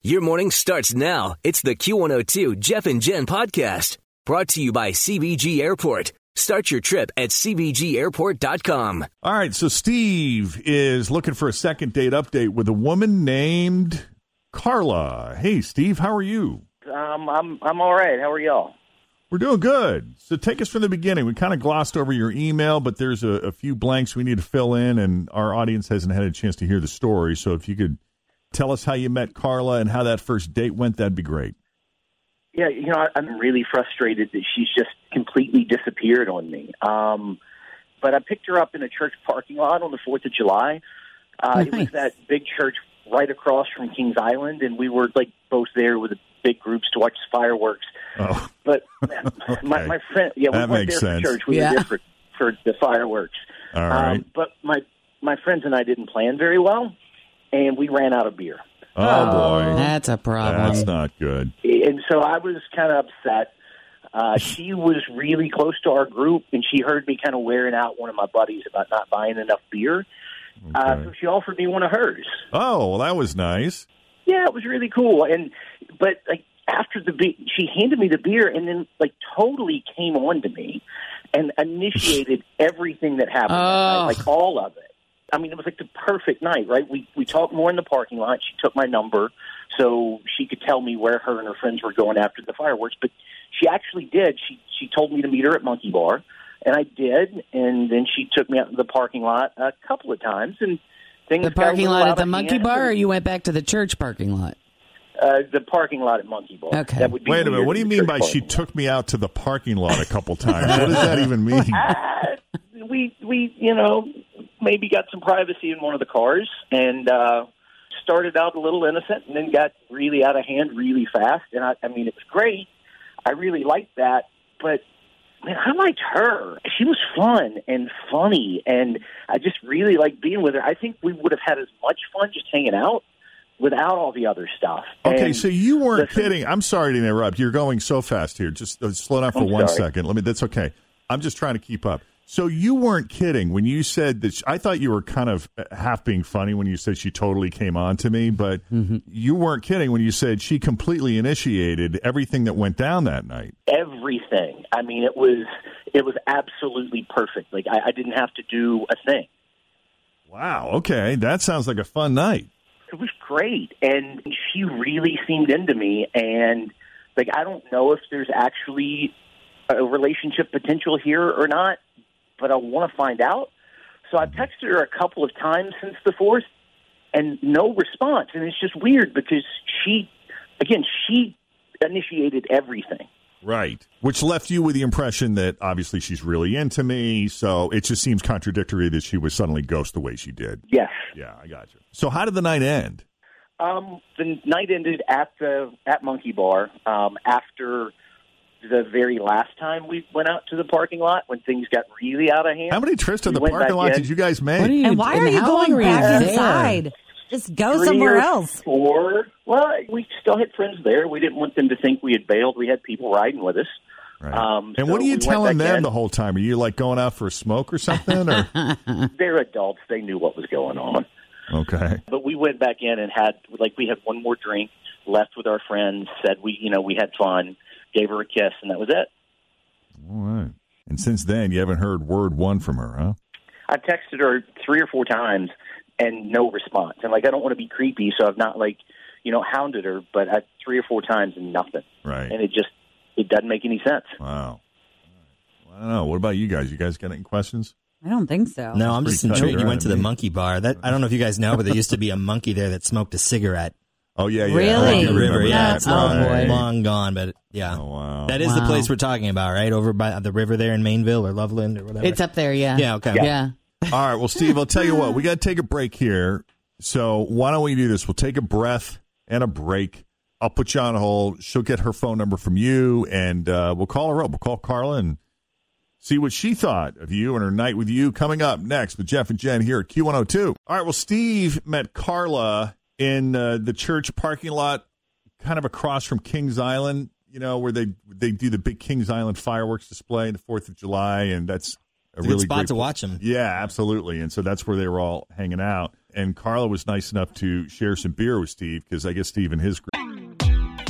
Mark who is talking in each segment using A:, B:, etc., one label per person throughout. A: Your morning starts now. It's the Q102 Jeff and Jen podcast brought to you by CBG Airport. Start your trip at CBGAirport.com.
B: All right, so Steve is looking for a second date update with a woman named Carla. Hey, Steve, how are you?
C: Um, I'm I'm all right. How are y'all?
B: We're doing good. So take us from the beginning. We kind of glossed over your email, but there's a, a few blanks we need to fill in, and our audience hasn't had a chance to hear the story. So if you could tell us how you met Carla and how that first date went, that'd be great.
C: Yeah, you know, I, I'm really frustrated that she's just completely disappeared on me. Um, but I picked her up in a church parking lot on the Fourth of July. Uh, It was
D: Nice.
C: that big church right across from Kings Island, and we were like both there with big groups to watch fireworks.
B: Oh,
C: But
B: Okay.
C: my, my friend, yeah, we
B: That
C: weren't
B: makes
C: there
B: sense.
C: for church. We
D: Yeah.
C: were there for, for the fireworks.
B: all right.
C: Um, but my my friends and I didn't plan very well, and we ran out of beer.
B: oh, boy.
E: That's a problem.
B: That's not good.
C: and so I was kind of upset. Uh, she was really close to our group, and she heard me kind of wearing out one of my buddies about not buying enough beer. Uh, so
B: Okay.
C: she offered me one of hers.
B: Oh, well, that was nice.
C: Yeah, it was really cool. And but like after the be- she handed me the beer, and then like totally came on to me and initiated everything that happened, that night,
E: Oh.
C: like all of it. I mean, it was like the perfect night, right? We we talked more in the parking lot. She took my number so she could tell me where her and her friends were going after the fireworks. But she actually did. She she told me to meet her at Monkey Bar, and I did. And then she took me out to the parking lot a couple of times, and things
E: The
C: got a
E: parking
C: little
E: lot
C: out
E: at the
C: of
E: monkey
C: hand.
E: bar, or you went back to the church parking lot?
C: Uh, the parking lot at Monkey Bar.
E: Okay.
C: That would be
B: Wait a minute.
C: weird
B: What do you
C: in the
B: mean
C: church
B: by she
C: parking lot.
B: took me out to the parking lot a couple times? What does that even mean?
C: We we you know maybe got some privacy in one of the cars and uh, started out a little innocent and then got really out of hand really fast. And I, I mean it was great. I really liked that, but man, I liked her. She was fun and funny, and I just really liked being with her. I think we would have had as much fun just hanging out without all the other stuff.
B: Okay,
C: And-
B: so you weren't
C: listen-
B: kidding. I'm sorry to interrupt. You're going so fast here. Just uh, slow down for
C: I'm
B: one second.
C: sorry.
B: Let me. That's okay. I'm just trying to keep up. So you weren't kidding when you said that. She, I thought you were kind of uh, half being funny when you said she totally came on to me, but you weren't kidding when you said she completely initiated everything that went down that night.
C: everything. I mean, it was it was absolutely perfect. Like I, I didn't have to do a thing.
B: Wow. Okay, that sounds like a fun night.
C: It was great, and she really seemed into me. And like I don't know if there's actually a relationship potential here or not, but I want to find out. So I've texted her a couple of times since the fourth, and no response. And it's just weird because she, again, she initiated everything.
B: Right. Which left you with the impression that obviously she's really into me. So it just seems contradictory that she was suddenly ghost the way she did.
C: Yes.
B: Yeah, I got you. So how did the night end?
C: Um, the night ended at the at Monkey Bar um, after the very last time we went out to the parking lot when things got really out of hand.
B: How many trips to
C: We
B: the
C: went
B: parking
C: back
B: lot
C: in.
B: did you guys make?
E: What are you?
F: And why are you
E: how long
F: going
E: were
F: back
E: there?
F: inside? Just go
C: Three
F: somewhere
C: or
F: else.
C: Four. Well, we still had friends there. We didn't want them to think we had bailed. We had people riding with us.
B: Right.
C: Um,
B: and
C: so
B: what are you
C: we went
B: telling
C: back
B: them
C: in.
B: the whole time? Are you like going out for a smoke or something? Or
C: They're adults. They knew what was going on.
B: okay,
C: But we went back in and had like we had one more drink, left with our friends, said we you know we had fun, gave her a kiss, and that was it.
B: all right. And since then, you haven't heard word one from her, huh?
C: I texted her three or four times and no response. And like, I don't want to be creepy, so I've not like, you know, hounded her, but I, three or four times and nothing.
B: Right.
C: And it just, it doesn't make any sense.
B: wow. All right. Well, I don't know. What about you guys? You guys got any questions?
F: I don't think so.
G: No, I'm
B: pretty
G: just
B: tight.
G: intrigued. You
B: Right,
G: went to
B: I
G: the
B: mean-
G: monkey bar. That I don't know if you guys know, but there used to be a monkey there that smoked a cigarette.
B: Oh yeah, yeah.
F: Really?
B: I
G: The
B: do
G: river,
B: remember
G: yeah,
B: that.
G: it's
F: Oh,
G: long,
B: Right.
G: Uh, long gone, but yeah,
B: Oh, wow.
G: that is the
E: Wow.
G: place we're talking about, right? Over by the river there in Mainville or Loveland or whatever.
E: It's up there, yeah.
G: Yeah, okay.
E: Yeah.
B: All right. Well, Steve, I'll tell you what. We got to take a break here. So why don't we do this? We'll take a breath and a break. I'll put you on hold. She'll get her phone number from you, and uh, we'll call her up. We'll call Carla and see what she thought of you and her night with you. Coming up next with Jeff and Jen here at Q102. All right. Well, Steve met Carla in uh, the church parking lot, kind of across from Kings Island. You know where they they do the big Kings Island fireworks display on the Fourth of July, and that's a
G: It's a
B: really
G: good spot
B: great
G: to
B: pla-
G: watch them.
B: yeah, absolutely. And so that's where they were all hanging out. And Carla was nice enough to share some beer with Steve because I guess Steve and his group.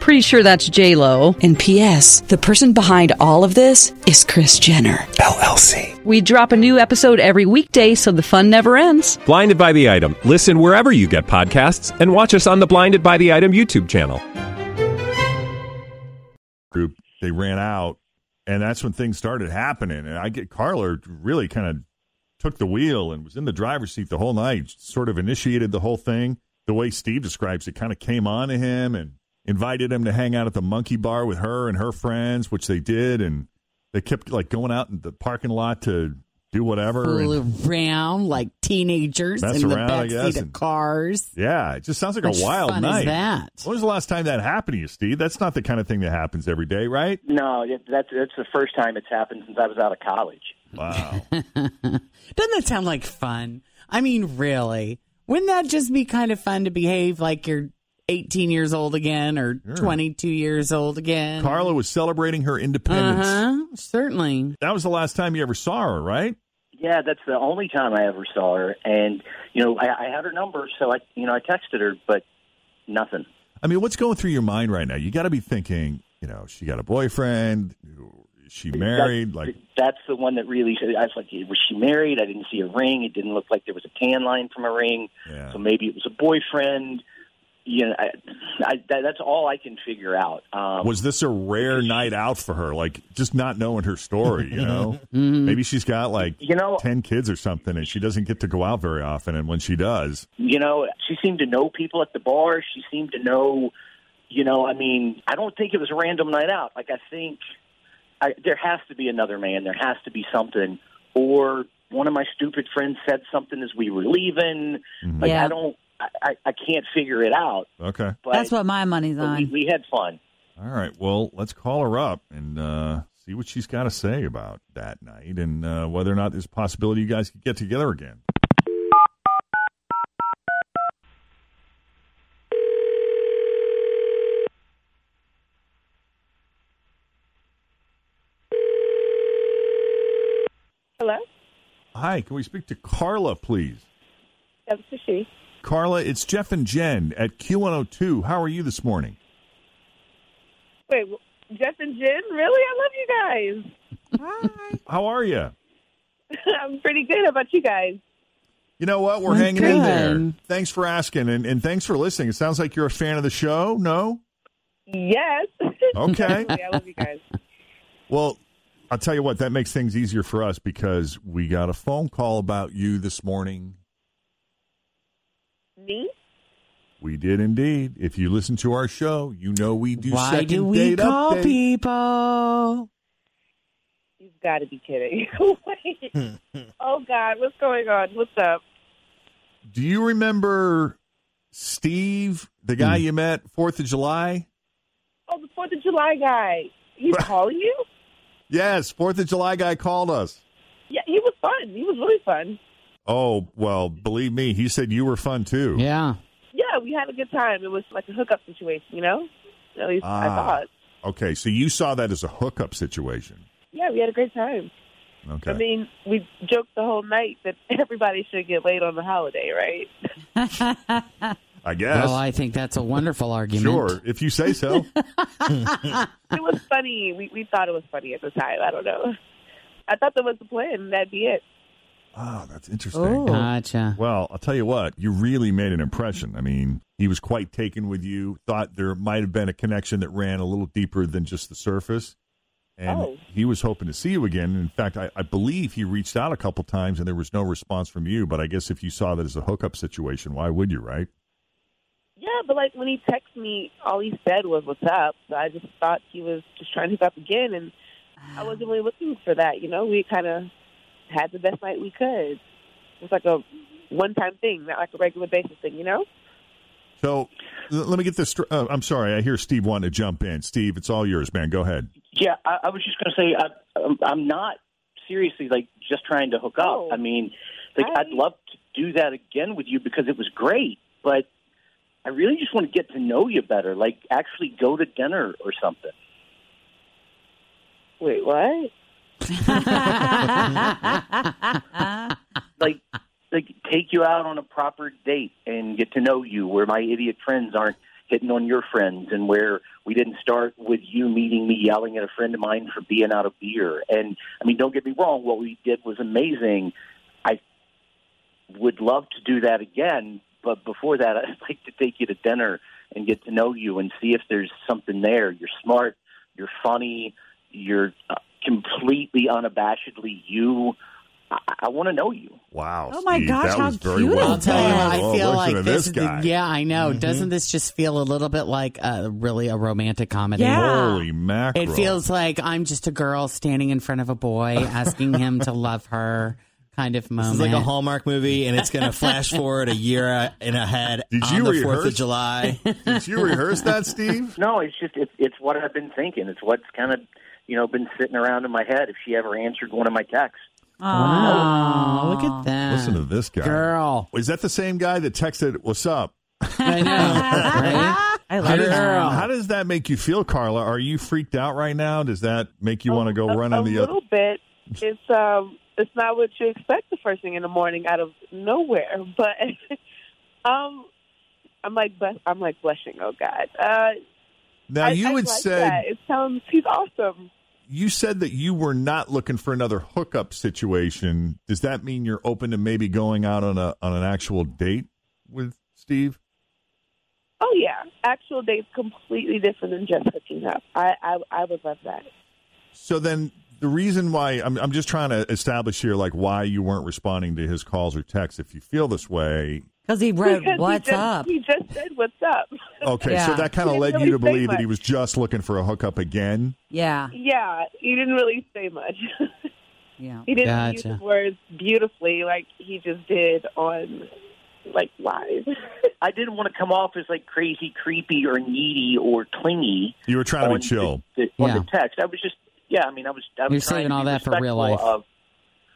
F: Pretty sure that's J Lo.
H: And P.S. The person behind all of this is Chris Jenner.
I: LLC.
F: We drop a new episode every weekday, so the fun never ends.
I: Blinded by the item. Listen wherever you get podcasts, and watch us on the Blinded by the Item YouTube channel.
B: group. They ran out, and that's when things started happening. And I get Carla really kind of took the wheel and was in the driver's seat the whole night, sort of initiated the whole thing. The way Steve describes it, kind of came on to him and invited him to hang out at the monkey bar with her and her friends, which they did. And they kept like going out in the parking lot to do whatever. and-
E: Fool around like teenagers
B: Mess
E: in the
B: around, I guess,
E: backseat of
B: and-
E: cars.
B: Yeah, it just sounds like
E: How much
B: a wild
E: fun is
B: night.
E: that?
B: When was the last time that happened to you, Steve? That's not the kind of thing that happens every day, right?
C: No, it- that's that's the first time it's happened since I was out of college.
B: Wow.
E: Doesn't that sound like fun? I mean, really? Wouldn't that just be kind of fun to behave like you're 18 years old again or 22 years old again?
B: Carla was celebrating her independence.
E: Uh-huh. Certainly.
B: That was the last time you ever saw her, right?
C: Yeah, that's the only time I ever saw her, and you know I, I had her number, so I you know I texted her, but nothing.
B: I mean, what's going through your mind right now? You got to be thinking, you know, she got a boyfriend, is she married,
C: That-
B: like
C: that's the one that really. I was like, was she married? I didn't see a ring. It didn't look like there was a tan line from a ring.
B: yeah.
C: So maybe it was a boyfriend. You know, I, I, that, that's all I can figure out. Um,
B: Was this a rare night out for her? Like just not knowing her story, you know? Maybe she's got like
C: you know,
B: 10 kids or something and she doesn't get to go out very often and when she does,
C: you know, she seemed to know people at the bar. She seemed to know, you know, I mean, I don't think it was a random night out. Like I think I, there has to be another man. There has to be something, or one of my stupid friends said something as we were leaving.
B: Mm-hmm.
C: Like
F: Yeah.
C: I don't, I, I, I can't figure it out.
B: okay.
C: But
F: That's what my money's
C: but we,
F: on.
C: we had fun.
B: All right. Well, let's call her up and uh, see what she's got to say about that night and uh, whether or not there's a possibility you guys could get together again.
J: Hello,
B: Hi, can we speak to Carla, please?
J: that was she.
B: Carla, it's Jeff and Jen at Q102. How are you this morning?
J: Wait, wh- Jeff and Jen? Really? I love you
B: How are you?
J: guys. I'm pretty good. How about you guys?
B: You know what? We're
E: We're
B: hanging in there.
E: good.
B: Thanks for asking and, and thanks for listening. It sounds like you're a fan of the show. No?
J: Yes.
B: Okay.
J: Definitely, I love you guys.
B: Well, I'll tell you what, that makes things easier for us because we got a phone call about you this morning.
J: Me?
B: We did indeed. If you listen to our show, you know we do
E: Why
B: second
E: do we
B: date
E: call
B: update.
E: people?
J: You've got to be kidding. Wait. oh God, what's going on? What's up?
B: Do you remember Steve, the guy
E: Hmm.
B: you met Fourth of July?
J: Oh, the Fourth of July guy. He's calling you?
B: Yes, Fourth of July guy called us.
J: Yeah, he was fun. He was really fun.
B: Oh well, believe me, he said you were fun too.
E: Yeah.
J: Yeah, we had a good time. It was like a hookup situation, you know. At least I
B: Ah.
J: thought.
B: Okay, so you saw that as a hookup situation.
J: Yeah, we had a great time.
B: Okay.
J: I mean, we joked the whole night that everybody should get laid on the holiday, right?
B: I guess.
E: Well, I think that's a wonderful argument.
B: sure, if you say so.
J: it was funny. We we thought it was funny at the time. I don't know. I thought that was the plan. That'd be it.
B: Oh, that's interesting.
E: Oh. Gotcha.
B: Well, I'll tell you what, you really made an impression. I mean, he was quite taken with you, thought there might have been a connection that ran a little deeper than just the surface. And
J: Oh.
B: he was hoping to see you again. In fact, I, I believe he reached out a couple times and there was no response from you. But I guess if you saw that as a hookup situation, why would you, right?
J: Yeah, but like when he texted me, all he said was "What's up." So I just thought he was just trying to hook up again, and I wasn't really looking for that. You know, we kind of had the best night we could. It's like a one-time thing, not like a regular basis thing. You know?
B: So l- let me get this. str- Uh, I'm sorry. I hear Steve wanting to jump in. Steve, it's all yours, man. Go ahead.
C: Yeah, I, I was just going to say I, I'm, I'm not seriously like just trying to hook up. I mean, like I... would love to do that again with you because it was great, but I really just want to get to know you better. Like actually go to dinner or something.
J: Wait, what?
C: like like take you out on a proper date and get to know you where my idiot friends aren't hitting on your friends and where we didn't start with you meeting me yelling at a friend of mine for being out of beer and i mean don't get me wrong what we did was amazing i would love to do that again but before that i'd like to take you to dinner and get to know you and see if there's something there you're smart you're funny you're uh, completely unabashedly you I, I want to know you.
B: Wow.
E: Oh my gosh, how cute!
B: well
E: I'll tell you,
B: done.
E: I
B: Well,
E: feel
B: listen
E: like
B: to
E: this.
B: this
E: is the-
B: guy.
E: yeah, I know. Doesn't this just feel a little bit like uh, really a romantic comedy?
B: Yeah. Holy mackerel.
E: It feels like I'm just a girl standing in front of a boy, asking him to love her, kind of
G: This
E: moment.
G: is like a Hallmark movie, and it's going to flash forward a year and ahead
B: Did
G: on
B: you
G: the Fourth
B: rehearse?
G: of July.
B: Did you rehearse that, Steve?
C: No, it's just it's it's what I've been thinking. It's what's kind of you know been sitting around in my head. If she ever answered one of my texts,
E: Wow! Look at that.
B: Listen to this guy.
E: Girl.
B: Is that the same guy that texted, What's up?
K: I
B: How
K: love
B: does,
K: Girl.
B: how does that make you feel, Carla? Are you freaked out right now? Does that make you want to go run
J: a
B: on the other?
J: little bit. It's um, it's not what you expect the first thing in the morning out of nowhere. But um, I'm like, blush- I'm like blushing. Oh God! Uh,
B: Now,
J: I-
B: you
J: I
B: had
J: like
B: said
J: that. it sounds he's awesome.
B: you said that you were not looking for another hookup situation. Does that mean you're open to maybe going out on a on an actual date with Steve?
J: Oh yeah, actual dates completely different than just hooking up. I I, I would love that.
B: So then the reason why I'm I'm just trying to establish here like why you weren't responding to his calls or texts. If you feel this way,
K: Because he wrote,
J: Because he
K: "What's
J: just-
K: up?"
J: He just said, "What's up?"
B: okay, so
K: Yeah.
B: that kind of
J: He
B: led
J: didn't
B: you to
J: really say
B: believe that he
J: much.
B: was just looking for a hookup again.
K: Yeah.
J: Yeah, he didn't really say much.
K: Yeah.
J: he didn't use
B: Gotcha.
J: his words beautifully like he just did on like live.
C: I didn't want to come off as like crazy, creepy, or needy or clingy
B: You were trying to
C: On
J: Oh,
B: be chill.
C: the, on the text. I was just yeah. I mean, I was. I was
E: You're
C: trying
E: saving
C: to
E: all
C: be
E: that for real
C: respectful
E: life.
C: Of,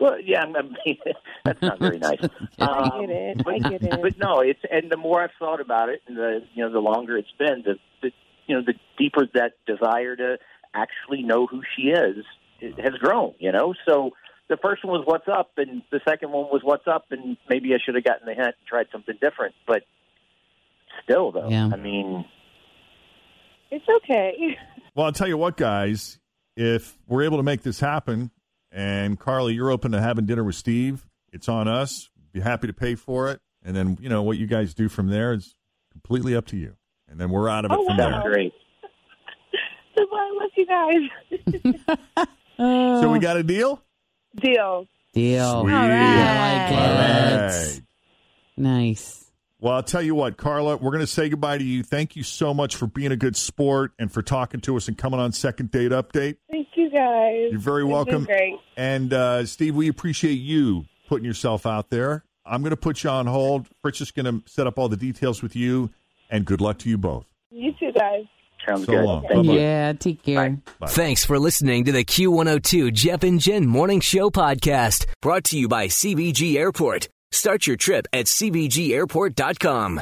C: well, yeah, I'm, I'm, that's not very nice. Um,
J: I get it. I get it.
C: But no, it's and the more I've thought about it, and the you know the longer it's been, the, the you know the deeper that desire to actually know who she is it has grown. You know, so the first one was what's up, and the second one was what's up, and maybe I should have gotten the hint and tried something different. But still, though, I mean,
J: It's okay.
B: Well, I'll tell you what, guys, if we're able to make this happen, and Carly, you're open to having dinner with Steve, it's on us. Be happy to pay for it, and then you know what you guys do from there is completely up to you. And then we're out of it
J: Oh,
B: from
J: wow.
B: there.
C: great.
J: That's why I love you guys.
B: So we got a deal.
J: Deal.
E: Oh. Deal.
B: Sweet.
E: I like
B: All
E: it.
B: right.
E: Nice.
B: Well, I'll tell you what, Carla, we're going to say goodbye to you. Thank you so much for being a good sport and for talking to us and coming on Second Date Update.
J: Thank you guys.
B: You're very
J: It's been
B: welcome.
J: Great.
B: And uh, Steve, we appreciate you putting yourself out there. I'm going to put you on hold. Fritz is going to set up all the details with you, and good luck to you both.
J: You too guys.
C: sounds
B: So
C: good.
B: long.
C: Thank you.
E: Yeah, take care.
A: Thanks for listening to the Q102 Jeff and Jen Morning Show podcast brought to you by CBG Airport. Start your trip at CBGAirport.com.